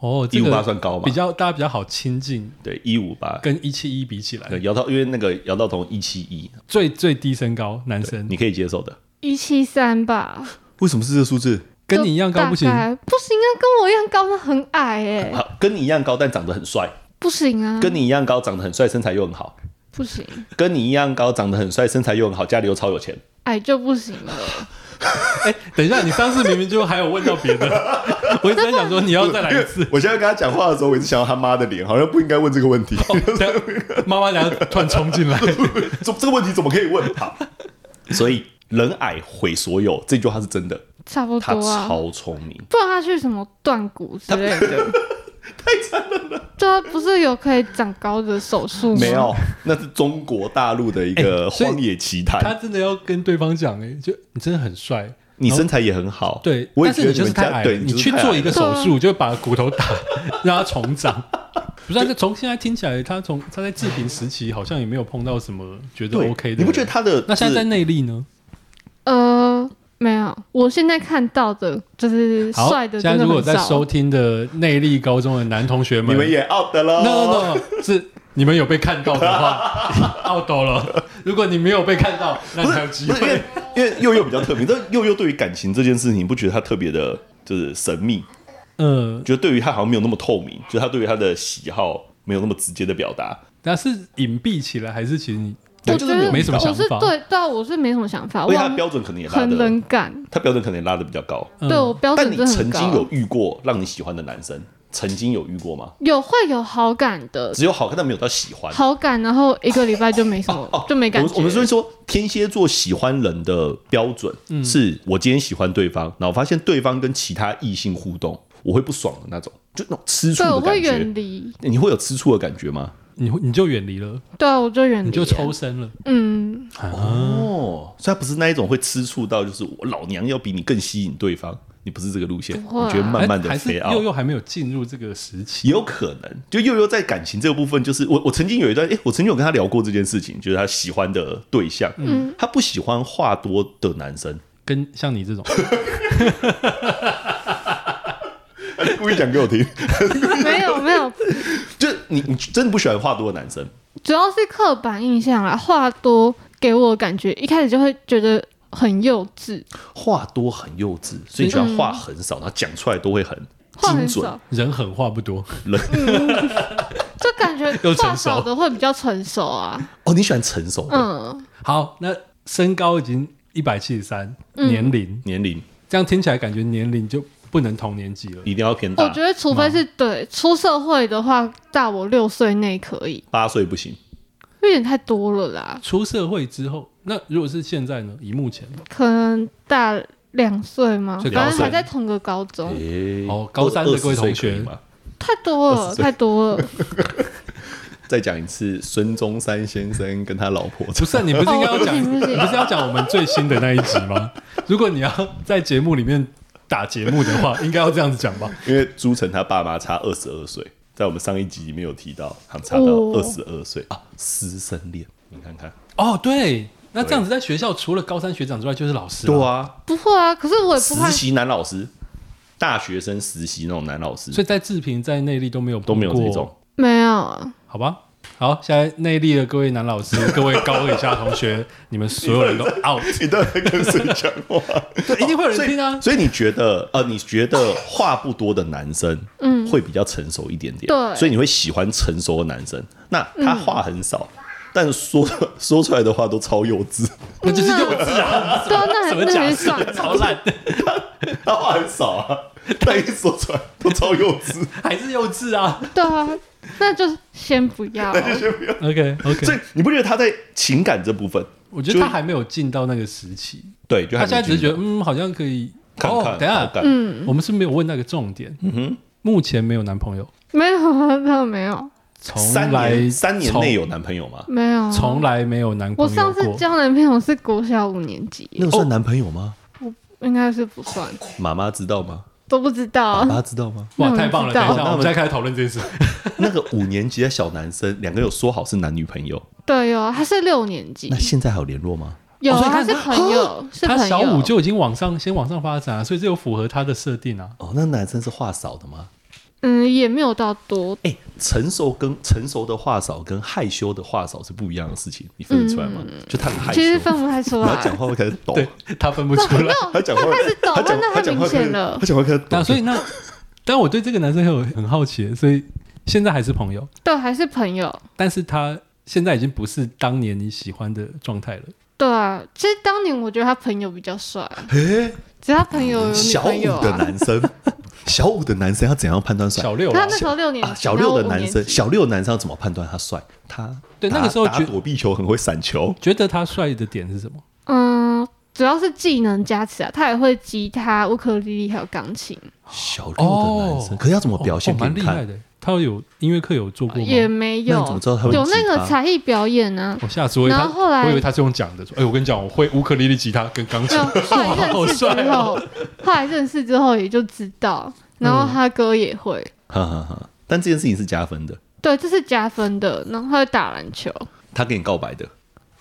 B: 哦，
A: 一
B: 这
A: 五八
B: 个
A: 算高嘛
B: 比？较大家比较好亲近，
A: 对，一五八。
B: 跟一七一比起来，
A: 对，姚到因为那个姚道彤一七一，
B: 最最低身高男生
A: 你可以接受的。
C: 一七三吧，
A: 为什么是这个数字？
B: 跟你一样高不行
C: 就大，概不行啊，跟我一样高，那很矮哎、
A: 好， 跟你一样高，但长得很帅；
C: 不行啊，
A: 跟你一样高，长得很帅，身材又很好；
C: 不行，
A: 跟你一样高，长得很帅，身材又很好，家里又超有钱。
C: 矮就不行了。
B: 哎 等一下，你上次明明就还有问到别的，我一直在想说你要再来一 次。
A: 我现在跟他讲话的时候，我一直想到他妈的脸，好像不应该问这个问 题。哦
B: 哦等下妈妈，然后突然冲进来，
A: 这这个问题怎么可以问他？所以人矮毁所有，这句话是真的。
C: 差不
A: 他
C: 多啊。
A: 超聪明，
C: 不然他去什么断骨之类的，太残忍了。对啊，不是有可以长高的手术吗？
A: 没有，那是中国大陆的一个
B: 嗯哎所以
A: 荒野奇谈。
B: 他真的要跟对方讲哎、就你真的很帅，
A: 你身材也很好，
B: 哦对，
A: 我也
B: 但
A: 觉得
B: 是你就是
A: 们
B: 太
A: 家
B: 矮，
A: 对
B: 你
A: 就是
B: 去
A: 太
B: 做
A: 矮
B: 一个
C: 对
B: 手
C: 啊
B: 术就把骨头打， 让它重长。不是啊，这从现在听起来，他从他在治平时期好像也没有碰到什么觉得
A: 对
B: OK 的。
A: 你不觉得？他的
B: 那现在在
A: 是
B: 内力呢？
C: 呃，没有，我现在看到的就是
B: 好，
C: 帅的
B: 现在
C: 真的
B: 如果
C: 很
B: 在收
C: 少。
B: 听的内力高中的男同学
A: 你
B: 们，
A: 们也 out 的喽
B: no no no 是。你们有被看到的话，out 抖了。如果你没有被看到，那你还有机
A: 不是因
B: 会
A: 为。因为佑佑比较特别，这佑佑对于感情这件事情，你不觉得他特别的，就是神秘？
B: 嗯，
A: 觉得对于他好像没有那么透明，就是他对于他的喜好没有那么直接的表达。
B: 那是隐蔽起来，还是其实你
C: 我
B: 就
C: 觉
B: 是
C: 得
B: 没什么想
C: 我是
B: 法？
C: 对对啊，我是没什么想法，
A: 而且他的
C: 我
A: 标准可能也拉
C: 很
A: 的，
C: 冷感。
A: 他标准可能也拉的比较高。
B: 嗯
C: 对我标
A: 但
C: 准
A: 你
C: 真的很
A: 曾
B: 啊
C: 高。
A: 经有遇过让你喜欢的男生？曾经有遇过吗？
C: 有会有好感的，
A: 只有好看，但没有到喜欢。
C: 好感，然后一个礼拜就没什么，就没感
A: 我哦
C: 觉。
A: 们我们所以说，天蝎座喜欢人的标准
C: 嗯
A: 是我今天喜欢对方，然后我发现对方跟其他异性互动，我会不爽的那种，就那种吃醋
C: 对，我
A: 的
C: 会
A: 感
C: 远
A: 觉。
C: 离，
A: 你会有吃醋的感觉吗？
B: 你会你就远离了，
C: 对啊，我就远离，
B: 你就抽，身了。
C: 嗯，
A: 哦，所以他不是那一种会吃醋到就是我老娘要比你更吸引对方，你不是这个路线，
C: 不会啊
A: 你觉得慢慢的
B: 哎还还是
A: 飞 out，
B: 又又还没有进入这个时期
A: 也。有可能，就悠悠在感情这个部分，就是我我曾经有一段，诶，我曾经有跟他聊过这件事情，就是他喜欢的对象，嗯，他不喜欢话多的男生，
B: 跟像你这种，
A: 故意讲给我听，
C: 没有没有，
A: 就是你你真的不喜欢话多的男生，
C: 主要是刻板印象啦，话多给我感觉一开始就会觉得很幼稚，
A: 话多很幼稚，所以你喜欢话很少，然后讲出来都会很
C: 话
A: 精
C: 很
A: 准
C: 少，，
B: 人狠话不多，
C: 就感觉
B: 又成熟
C: 话少的会比较成熟 啊，
A: 哦，你喜欢成熟的、
C: 嗯，
B: 好，那身高已经一百七十三，年龄
A: 年龄
B: 这样听起来感觉年龄就不能同年级了。
A: 一定要偏
B: 啊
C: 我
A: 大
C: 觉，得除非是对出社会的话，大我六岁内可以，
A: 八岁不行，
C: 有点太多了啦，
B: 出社会之后，那如果是现在呢？以目前
C: 可能大两岁吗
B: 最？高
C: 反正还
A: 岁
C: 在同个高中，
A: 诶
B: 哦高三的各位同学
A: 20岁可以吗
C: 太多
A: 20
C: 了，
A: 岁
C: 太 多了。
A: 再讲一次，孙中山先生跟他老婆
B: 不是啊你不是应该要讲，
C: 哦不行
B: 你
C: 不
B: 不
C: 行
B: 是要讲我们最新的那一集吗？如果你要在节目里面打节目的话，应该要这样子讲吧？
A: 因为朱晨他爸妈差二十二岁，在我们上一集里面有提到，他们差到二
C: 哦
A: 十二岁啊，师生恋，你看看，
B: 哦，对，那
A: 对
B: 这样子在学校除了高三学长之外就是老师、
A: 对，啊，
C: 不会啊，可是我也
A: 实
C: 不怕。
A: 习男老师，大学生实习那种男老师
B: 所以在志平在内力都没有
A: 都没有
B: 碰
A: 这
B: 过
A: 种，，
C: 没有啊，
B: 好吧？好，现在内力的各位男老师、各位高二以下同学，你们所有人都 out，
A: 你到底在跟谁讲话？
B: 对，一定会有
A: 所
B: 人
A: 以
B: 听啊。
A: 所以你觉得呃，你觉得话不多的男生，嗯，会比较成熟一点点，
C: 对
A: 所以你会喜欢成熟的男生。那他话很少，但说说出来的话都超幼稚，
B: 那就是幼稚啊，
C: 对啊，那
B: 什么
C: 很那
B: 假
C: 很
B: 释
C: 爽
B: 啊，超烂，
A: 他话很少啊，但一说出来都超幼稚。
B: 还是幼稚啊。
C: 对啊，那就是先不 要。
B: OK
A: 所
B: OK，
A: 以你不觉得他在情感这部分，
B: 我觉得他还没有进到那个时期，
A: 对，就
B: 他
A: 还
B: 现在只是觉
A: 得
B: 得嗯，好像可以。
A: 看看，
B: 哦，等一下
A: 好，看
C: 嗯
B: 我们是没有问那个重点。嗯
A: 哼，
B: 目前没有男朋友，
C: 没有啊，那没有，
B: 从
A: 三
B: 来
A: 年三年内
B: 从
A: 有男朋友吗？
C: 没有啊。
B: 从来没有男朋
C: 我
B: 友过。
C: 上次交男朋友是国小五年级，
A: 那个算男朋友吗？
C: 应该是不算，
A: 哦妈妈知道吗？
C: 都不知道
A: 爸
C: 啊。
A: 爸知道吗？
B: 哇，
C: 那我
B: 太棒了！
C: 知
B: 等
C: 道
B: 一
A: 那
B: 下，我
A: 我
B: 们
A: 们
B: 再开始讨论这件事。
A: 那个五年级的小男生，两个有说好是男女朋友，
C: 对哦，他是六年级
A: 那，现在还有联络吗？
C: 有
B: 哦所以
C: 啊
B: 他
C: 他是朋友，是
B: 他
C: 朋
B: 小
C: 友
B: 五。就已经往上，先往上发展啊，所以这有符合他的设定啊。
A: 哦，那男生是话少的吗？
C: 嗯，也没有到多，
A: 哎、成熟跟成熟的话少跟害羞的话少是不一样的事情，你分得出来吗？就他很害羞，
C: 嗯其实分不太出
A: 然后
C: 来。
A: 讲话会开始抖，
B: 对他分不出 来。
A: 他讲话
C: 他开始抖
A: 他讲
C: 哦那
A: 他
C: 很
A: 讲话
C: 明显
A: 开始
C: 了
A: 他讲话开始抖
B: 那，所以那， 但我对这个男生很有很好奇，所以现在还是朋友，
C: 对，还是朋友。
B: 但是他现在已经不是当年你喜欢的状态了。
C: 对啊，其实当年我觉得他朋友比较帅，只是他朋友有女
A: 小
C: 朋友
A: 五的
C: 啊。
A: 男生，小五的男生要怎样判断帅？
B: 小六
C: 他
B: 啦，
C: 那时候六年级
A: 啊，，小
C: 然后
A: 六的
C: 我五
A: 男
C: 年
A: 生，
C: 级
A: 小六的男生要怎么判断他帅？他
B: 对
A: 打
B: 那个时候
A: 打
B: 觉
A: 躲避球很会闪球，
B: 觉得他帅的点是什么？
C: 嗯，主要是技能加持啊，他也会吉他、乌克丽丽还有钢琴，
A: 小六的男生，
B: 哦
A: 可是要怎么表现
B: 哦
A: 给
B: 蛮
A: 你
B: 厉
A: 看？
B: 害的。他有音乐课有做过吗？
C: 也没
A: 那
C: 有
A: 你怎么知道他会
C: 有
A: 吉
C: 那个
A: 他
C: 才艺表演啊呢、
B: 我下次我以为
C: 然
B: 他
C: 后后来
B: 我以为他是用讲的，说哎，我跟你讲，我会乌克丽丽、吉他跟钢
C: 没
B: 琴
C: 有，，后来认识之
B: 好帅
C: 后，后来认识之后也就知道，然
A: 嗯
C: 后他哥也会，
A: 哈哈哈！但这件事情是加分的，
C: 对，这是加分的。然后他会打篮球，
A: 他跟你告白的，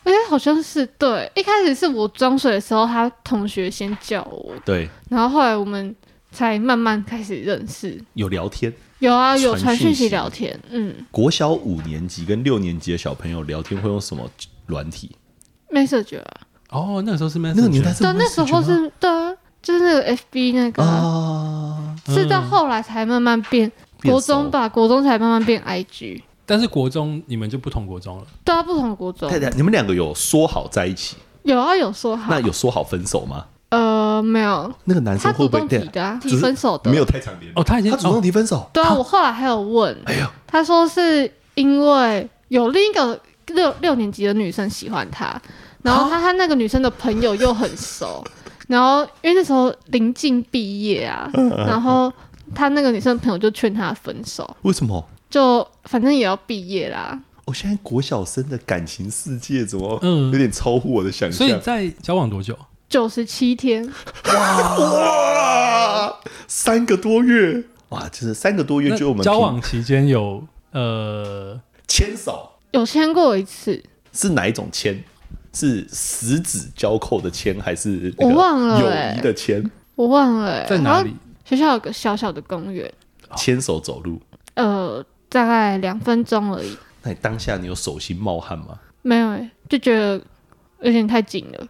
C: 哎、好像是对，一开始是我装水的时候，他同学先叫我，
A: 对，
C: 然后后来我们才慢慢开始认识。
A: 有聊天。
C: 有啊，有
A: 传
C: 传
A: 讯
C: 讯
A: 息
C: 息聊天，嗯
A: 国小五年级跟六年级的小朋友聊天会用什么软体？
C: ，Messenger 啊，
B: 哦，那个时候是 Messenger
A: 那个年代是
C: 对，啊那时候
A: Messenger 吗
C: 是对啊，就是那个 FB 那个啊、
A: 啊，
C: 是到后来才慢慢变，
A: 变
C: 国
A: 熟
C: 中吧，国中才慢慢变 IG，
B: 但是国中你们就不同国中了，
C: 对啊，不同的国中
A: 太太，你们两个有说好在一起，
C: 有啊，有说好
A: 那，有说好分手吗？
C: 呃，没有，
A: 那个男生
C: 他
A: 会
C: 主
A: 不会
C: 动提
A: 对
C: 的啊，
A: 只
C: 提
A: 是
C: 分手的，
A: 没有太长联络？
B: 哦，他已经
A: 他主动
B: 哦
A: 提分手，
C: 对啊，我后来还有问，
A: 哎呦，
C: 他说是因为有另一个六六年级的女生喜欢他，然后他和那个女生的朋友又很熟，然后因为那时候临近毕业啊，
A: 嗯
C: 然后他那个女生的朋友就劝他分手，
A: 为什么？
C: 就反正也要毕业啦，
A: 我、现在国小生的感情世界怎么
B: 嗯
A: 有点超乎我的想
B: 所以
A: 象？
B: 在交往多久？
C: 九十七天，
A: 哇，啊三个多月，哇，就是三个多月
B: 那
A: 就我们
B: 交往期间有呃
A: 牵手
C: 有签过一次，
A: 是哪一种牵？是十指交扣的牵，还是那个
C: 我忘了欸
A: 友谊的牵？
C: 我忘了、欸、
B: 在哪里？？
C: 学校有个小小的公园，
A: 牵手走路，
C: 呃，大概两分钟而已，
A: 那你当下你有手心冒汗吗？
C: 没有、欸，就觉得有点太紧了，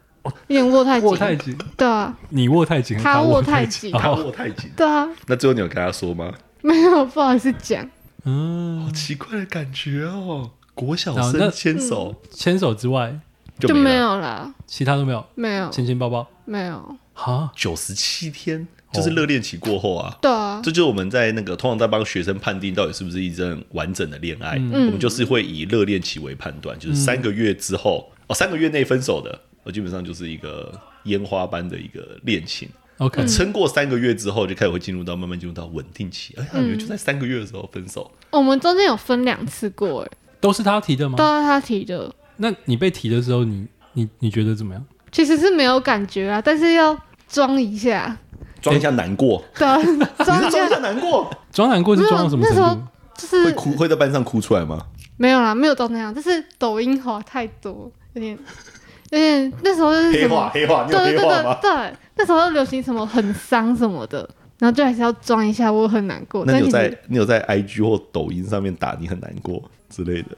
C: 有点握太紧
B: 握，太紧，
C: 对啊，
B: 你握太紧，
C: 他
B: 握
C: 握太
B: 紧
C: 紧，
A: 他
B: 哦
A: 握太紧。
C: 对啊，
A: 那最后你有跟他说吗？
C: 没有，不好意思讲，
B: 嗯，
A: 好奇怪的感觉哦，国小
B: 然后
A: 生
B: 那
A: 牵手
B: 牵手之外，
A: 就
C: 没
A: 了。
C: 有啦，
B: 其他都没有，
C: 没有，
B: 亲亲抱抱，
C: 没有，
B: 哈，
A: 九十七天就是热恋期过后啊，
C: 对啊，
A: 这就是我们在那个通常在帮学生判定到底是不是一阵完整的恋爱，
C: 嗯
A: 我们就是会以热恋期为判断，就是三个月之后、
C: 嗯
A: 哦，三个月内分手的，我基本上就是一个烟花般的一个恋情。
B: OK，
C: 嗯
A: 撑过三个月之后，就开始会进入到慢慢进入到稳定期，哎呀，你
C: 嗯
A: 们就在三个月的时候分手，
C: 我们中间有分两次过，哎，
B: 都是他提的吗
C: 都？是他提的，
B: 那你被提的时候，你你你觉得怎么样？
C: 其实是没有感觉啊，但是要装一下，
A: 装一下难过，
C: 对啊，
A: 你
C: 装
A: 是装
C: 一下嗯
A: 一，下难过，
B: 装难过是装到什么程
C: 没有那时
B: 度？
C: 就
A: 会
C: 是
A: 哭，会在班上哭出来吗？
C: 没有啦，没有到那样，就是抖音滑太多，有点， 有点那时候就是
A: 黑
C: 什
A: 化
C: 么，
A: 黑化，你有
C: 对
A: 黑
C: 对
A: 化
C: 对
A: 吗
C: 对？对，那时候流行什么很伤什么的，然后就还是要装一下，我很难过，
A: 那
C: 但
A: 你有
C: 其实
A: 在你有在 IG 或抖音上面打你很难过之类的，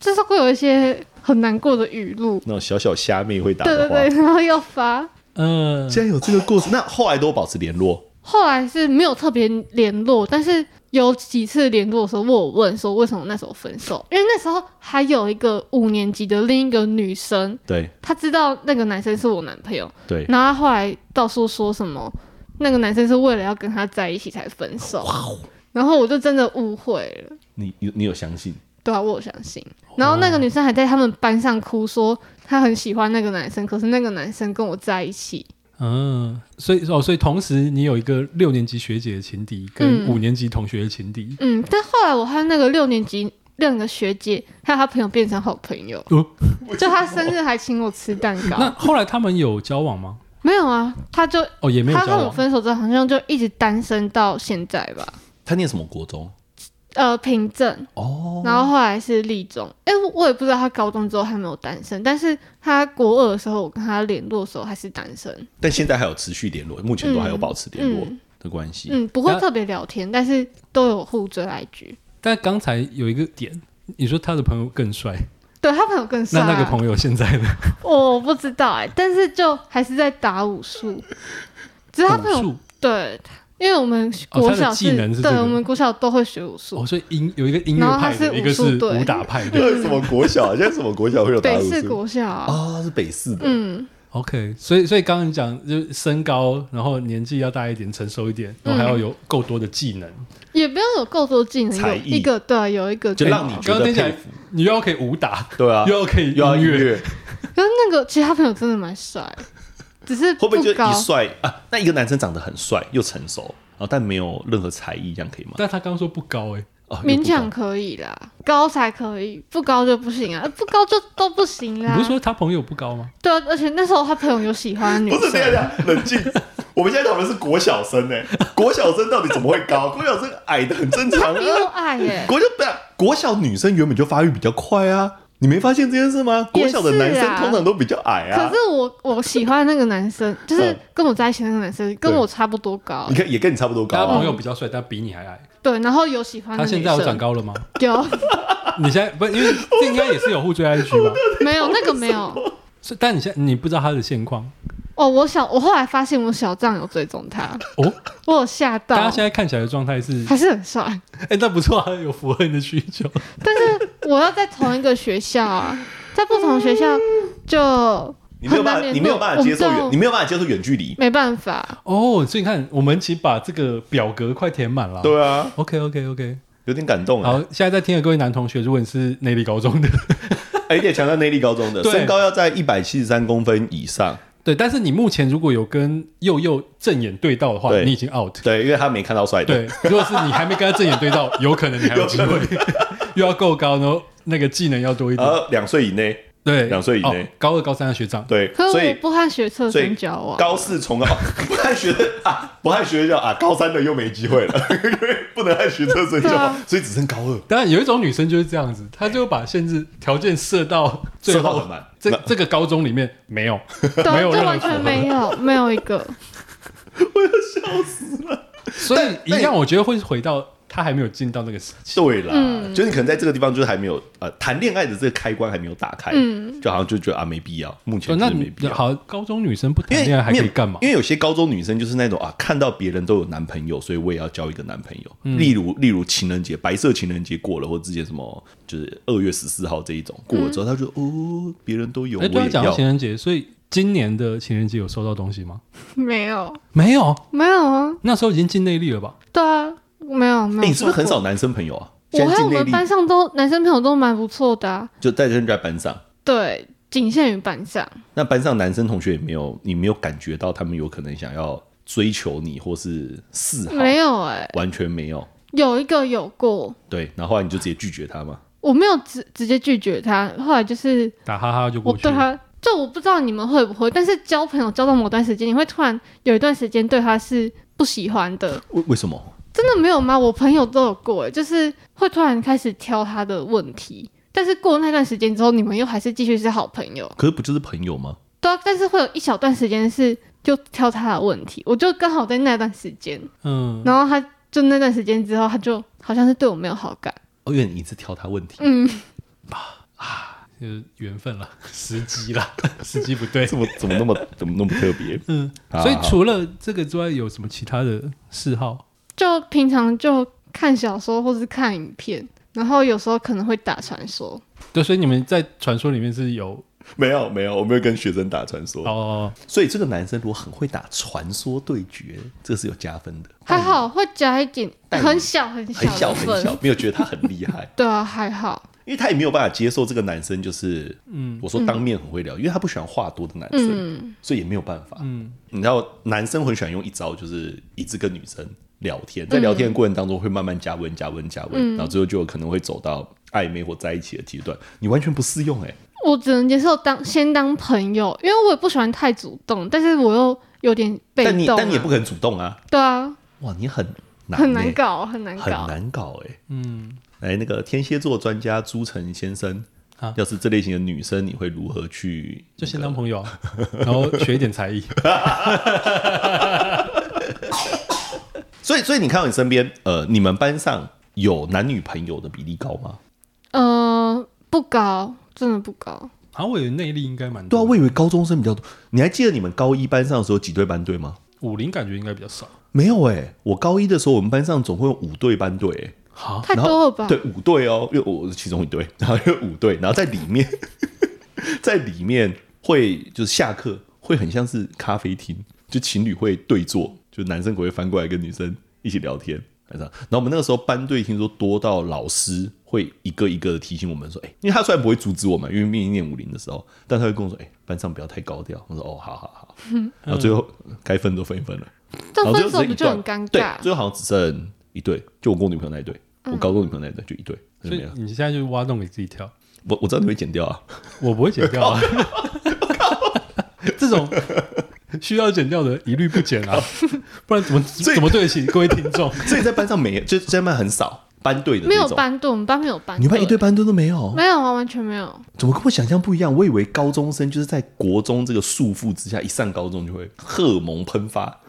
C: 就是会有一些很难过的语录，
A: 那种小小虾妹会打
C: 对
A: 的
C: 对
A: 话，
C: 对，然后要发。
B: 嗯，
A: 既然有这个故事， 那后来都保持联络，
C: 后来是没有特别联络，但是有几次联络的时候，我有问说为什么那时候分手，因为那时候还有一个五年级的另一个女生，
A: 对
C: 她知道那个男生是我男朋友，
A: 对，
C: 然后她后来到处说什么那个男生是为了要跟她在一起才分手，
B: 哦
C: 然后我就真的误会了，
A: 你你你有相信？
C: 对啊，我有相信。
B: 哦
C: 然后那个女生还在他们班上哭说她很喜欢那个男生，可是那个男生跟我在一起，
B: 嗯，所以哦，所以同时你有一个六年级学姐的情敌，跟
C: 嗯
B: 五年级同学的情敌，
C: 嗯，但后来我和那个六年级另一个学姐还有她朋友变成好朋友，
B: 哦
C: 就她生日还请我吃蛋
B: 那
C: 糕。
B: 后来他们有交往吗？
C: 没有啊，她就
B: 哦，也没有
C: 她
B: 交
C: 跟我
B: 往。
C: 分手之后，好像就一直单身到现在吧。
A: 他念什么国中？
C: 呃，平正，
A: 哦，
C: 然后后来是立中。哎、我我也不知道她高中之后还没有单身，但是她国二的时候，我跟她联络的时候还是单身。
A: 但现在还有持续联络，目前都还有保持联络
C: 嗯
A: 的关系。
C: 嗯，不会
B: 那
C: 特别聊天，但是都有互追 IG。
B: 但刚才有一个点，你说他的朋友更帅，
C: 对她朋友更帅、
B: 那
C: 啊，
B: 那个朋友现在呢？
C: 我不知道哎、但是就还是在打武术，只是他朋
B: 武
C: 友
B: 术
C: 对，因为我们
B: 哦
C: 国
B: 他的
C: 小
B: 技能是这
C: 对，
B: 个
C: 我们国小都会学武术，
B: 哦，所以音有一个音
C: 然
B: 乐
C: 后他
B: 派的，
C: 是
B: 一个
C: 武术
B: 是
C: 队
B: 武打派的。
A: 这是什么国小？现在什么国小会有打
C: 北
A: 武
C: 市
A: 术？
B: 哦
C: 国小啊、
A: 啊，是北四的。
C: 嗯，
B: OK，所以所以刚刚你讲就是身高，然后年纪要大一点，成熟一点，然
C: 嗯
B: 后还要有够多的技能。
C: 也不用有够多技能，
A: 才
C: 有
A: 艺
C: 一个对，有一个
A: 就
C: 可以
A: 让你觉
B: 刚
A: 得
B: 刚听起
A: 佩
B: 来
A: 服，
B: 你又要可以武打，
A: 对啊，
B: 又要可以
A: 又要
B: 音
A: 音
B: 乐，
A: 乐，
C: 可是那个其他朋友真的蛮帅， 只是
A: 会不会就
C: 高
A: 一。帅啊？那一个男生长得很帅又成熟，然后但没有任何才艺，这样可以吗？
B: 但他刚刚说不高哎、
A: 哦，又不
C: 勉
A: 懂
C: 强可以啦，高才可以，不高就不行啊，不高就都不行啦。
B: 你不是说他朋友不高吗？
C: 对啊，而且那时候他朋友有喜欢的女
A: 不是，等一下
C: 生，
A: 等一下，冷静。 我们现在讨论是国小生呢、欸国小生到底怎么会高？国小生矮的很正常
C: 比我
A: 啊。
C: 矮耶、
A: 国小不是国小女生原本就发育比较快啊，你没发现这件事吗？国小的男
C: 也是
A: 生
C: 啊
A: 通常都比较矮啊。
C: 可是我我喜欢那个男生，就是
A: 嗯跟
C: 跟我在一起那个男生，跟我差不多高
A: 你，看也跟你差不多高
B: 他
A: 啊
C: 哦
B: 朋。友比较帅，但比你还矮。
C: 对，然后有喜欢的
B: 他
C: 女生。
B: 现在有长高了吗？
C: 有
B: 你现在不因为这应该也是有互追 IG 吧？
C: 没有那个 没有？
B: 是，但你现在你不知道他的现况
C: 哦，我小我后来发现我小账有追踪他，
B: 哦。
C: 我有吓
B: 大哦家
C: 到，
B: 现在看起来的状态是，
C: 还是很帅。
B: 哎、那不错啊，有符合你的需求。
C: 但是我要在同一个学校啊， 在不同学校就
A: 你没有办
C: 很
A: 法，
C: 难
A: 你没有办法
C: 联
A: 接
C: 络
A: 受
C: 我
A: 远，
C: 们
A: 你没有办法接受远距离。
C: 没办法。
B: 哦，所以你看，我们其实把这个表格快填满了。
A: 对啊，
B: ，OK OK OK。
A: 有点感动
B: 好
A: 啊。，
B: 现在在听的各位男同学，如果你是内力高中的，
A: 而且哎强调内力高中的
B: 对
A: 身高要在一百七十三公分以上，
B: 对，但是你目前如果有跟佑佑正眼对到的话，
A: 对
B: 你已经 out。
A: 对，因为他没看到帅的。
B: 对，如果是你还没跟他正眼对到，有可能你还有机会， 又要够高，然后那个技能要多一点
A: 然。后两岁以内，呃
B: 对，
A: 两岁以内
B: 哦高二高三的学长，
A: 对，
C: 可是
A: 所以
C: 我不啊和学测
A: 所以
C: 生交往，
A: 高四重高， 不太学啊，不太学校啊，高三的又没机会了， 因为不能按学测生
C: 对
A: 效
C: 啊，
A: 所以只剩高二。
B: 当然有一种女生就是这样子，她就把限制条件设到最
A: 设到
B: 后
A: 很满，
B: 这
A: 那
B: 这个高中里面没有，没
C: 对，啊
B: 有
C: 就
B: 任何
C: 完
B: 符合
C: 全没有，没有一个。
B: 所以一
A: 但
B: 样，我觉得会回到她还没有进到那个时期。
A: 对啦，
C: 嗯
A: 就是你可能在这个地方就是还没有呃谈恋爱的这个开关还没有打开，
C: 嗯
A: 就好像就觉得啊没必要，目前
B: 哦
A: 就
B: 那
A: 是没
B: 你
A: 必要。
B: 好，高中女生不
A: 因
B: 谈
A: 为
B: 恋爱还可
A: 因
B: 以
A: 为
B: 干嘛
A: 因？为有些高中女生就是那种啊，看到别人都有男朋友，所以我也要交一个男朋友。
B: 嗯
A: 例如，例如情人节，白色情人节过了，或之前什么就是二月十四号这一种过了之后，她就哦，别人都有，
B: 哎，
A: 我
B: 对啊，
A: 也
B: 讲到
A: 要
B: 情。人节，所以今年的情人节有收到东西吗？
C: 没有，
B: 没有，
C: 没有啊，
B: 那时候已经进内力了吧？
C: 对啊，没有没有。
A: 哎，你是不是很少？男生朋友啊？
C: 我
A: 现在
C: 和
A: 进
C: 我
A: 内
C: 们
A: 力
C: 班上都男生朋友都蛮不错的、啊，
A: 就在扔在班上，
C: 对，仅限于班上。
A: 那班上男生同学也没有，你没有感觉到他们有可能想要追求你或是啊示好，
C: 没有哎、
A: 完全没有。
C: 有一个有过，
A: 对，然后后来你就直接拒绝他嘛？
C: 我没有直直接拒绝他，后来就是
B: 打哈哈就
C: 我
B: 过去
C: 对
B: 了。
C: 他，就我不知道你们会不会，但是交朋友交到某段时间，你会突然有一段时间对他是不喜欢的，
A: 为为什么？
C: 真的没有吗？我朋友都有过欸，就是会突然开始挑他的问题，但是过那段时间之后，你们又还是继续是好朋友，
A: 可是不就是朋友吗？
C: 对啊、但是会有一小段时间是就挑他的问题，我就刚好在那段时间，
B: 嗯，
C: 然后他就那段时间之后，他就好像是对我没有好感，
A: 哦，因为你一直挑他问题，
C: 嗯，
B: 就是缘分了，时机了， 时机不 对。
A: 怎么怎么那么怎么那么特别？
B: 嗯，
A: 好
B: 所以
A: 好
B: 除了这个之外，有什么其他的嗜好？
C: 就平常就看小说或是看影片，然后有时候可能会打传说，
B: 对，所以你们在传说里面是有
A: 没有没有，我没有跟学生打传说。
B: 哦，
A: 所以这个男生如果很会打传说对决，这是有加分的。
C: 还好会加一点
A: 但
C: 很小很
A: 很
C: 小
A: 小
C: 的
A: 很
C: 分，
A: 小，没有觉得他很厉害。
C: 对啊，还好，
A: 因为他也没有办法接受这个男生就是，嗯，我说当面很会聊，因为他不喜欢话多的男生，
C: 嗯
A: 所以也没有办法。
B: 嗯，
A: 你知道，男生很喜欢用一招，就是一直跟女生聊天，在聊天的过程当中会慢慢加温、加温、加温，然后最后就有可能会走到暧昧或在一起的阶段。你完全不适用哎、
C: 我只能接受当先当朋友，因为我也不喜欢太主动，但是我又有点被
A: 但你
C: 动、啊，
A: 但你也不可能主动啊，
C: 对啊，
A: 哇，你很难、欸、
C: 很难，搞，很难
A: 很
C: 搞，
A: 难搞哎、
B: 嗯，
A: 来，那个天蝎座专家朱晨先生
B: 啊。
A: 要是这类型的女生，你会如何去？
B: 就先当朋友啊，然后学一点才 艺。
A: 所以，所以你看到你身边，呃，你们班上有男女朋友的比例高吗？
C: 呃，不高，真的不高，
B: 然后我以为内力应该蛮
A: 对啊，
B: 多的，
A: 我以为高中生比较多。你还记得你们高一班上的时候几对班对吗？
B: 武林感觉应该比较少。
A: 没有哎、我高一的时候，我们班上总共有五对班队、欸，
B: 好，
C: 太
A: 然后
C: 多了吧？
A: 对，五对哦，因为我是其中一 对， 然后有五对，然后在里面，在里面会就是下课会很像是咖啡厅，就情侣会对坐，就男生可能会翻过来跟女生一起聊天。晚上然后我们那个时候班队听说多到老师会一个一个的提醒我们说，哎、因为他虽然不会阻止我们，因为毕竟念五零的时候，但他会跟我说，哎、班上不要太高调。我说，哦，好好好。然后最后该分都分一分了，
C: 但
A: 然后
C: 分
A: 最后只剩
C: 手不
A: 一
C: 就很
A: 段
C: 尴
A: 对
C: 尬，？嗯
A: 最后好像只剩一对，就我跟我女朋友那一对，我高中女朋友那一对就一对，就
B: 所
A: 没
B: 以
A: 了。
B: 你现在就是挖洞给自己跳，
A: 我我知道你会剪掉啊，
B: 我不会剪掉啊。 这种需要剪掉的，一律不剪啊，不然怎么
A: 以
B: 怎么对得起各位听众？
A: 所以在班上没，就是在班很少班队的
C: 没
A: 那
C: 有
A: 种。
C: 班队，我们班没有班队，
A: 你们班一对班队都没有，
C: 没有啊，完全没有，
A: 怎么跟我想象不一样？我以为高中生就是在国中这个束缚之下，一上高中就会荷尔蒙喷发，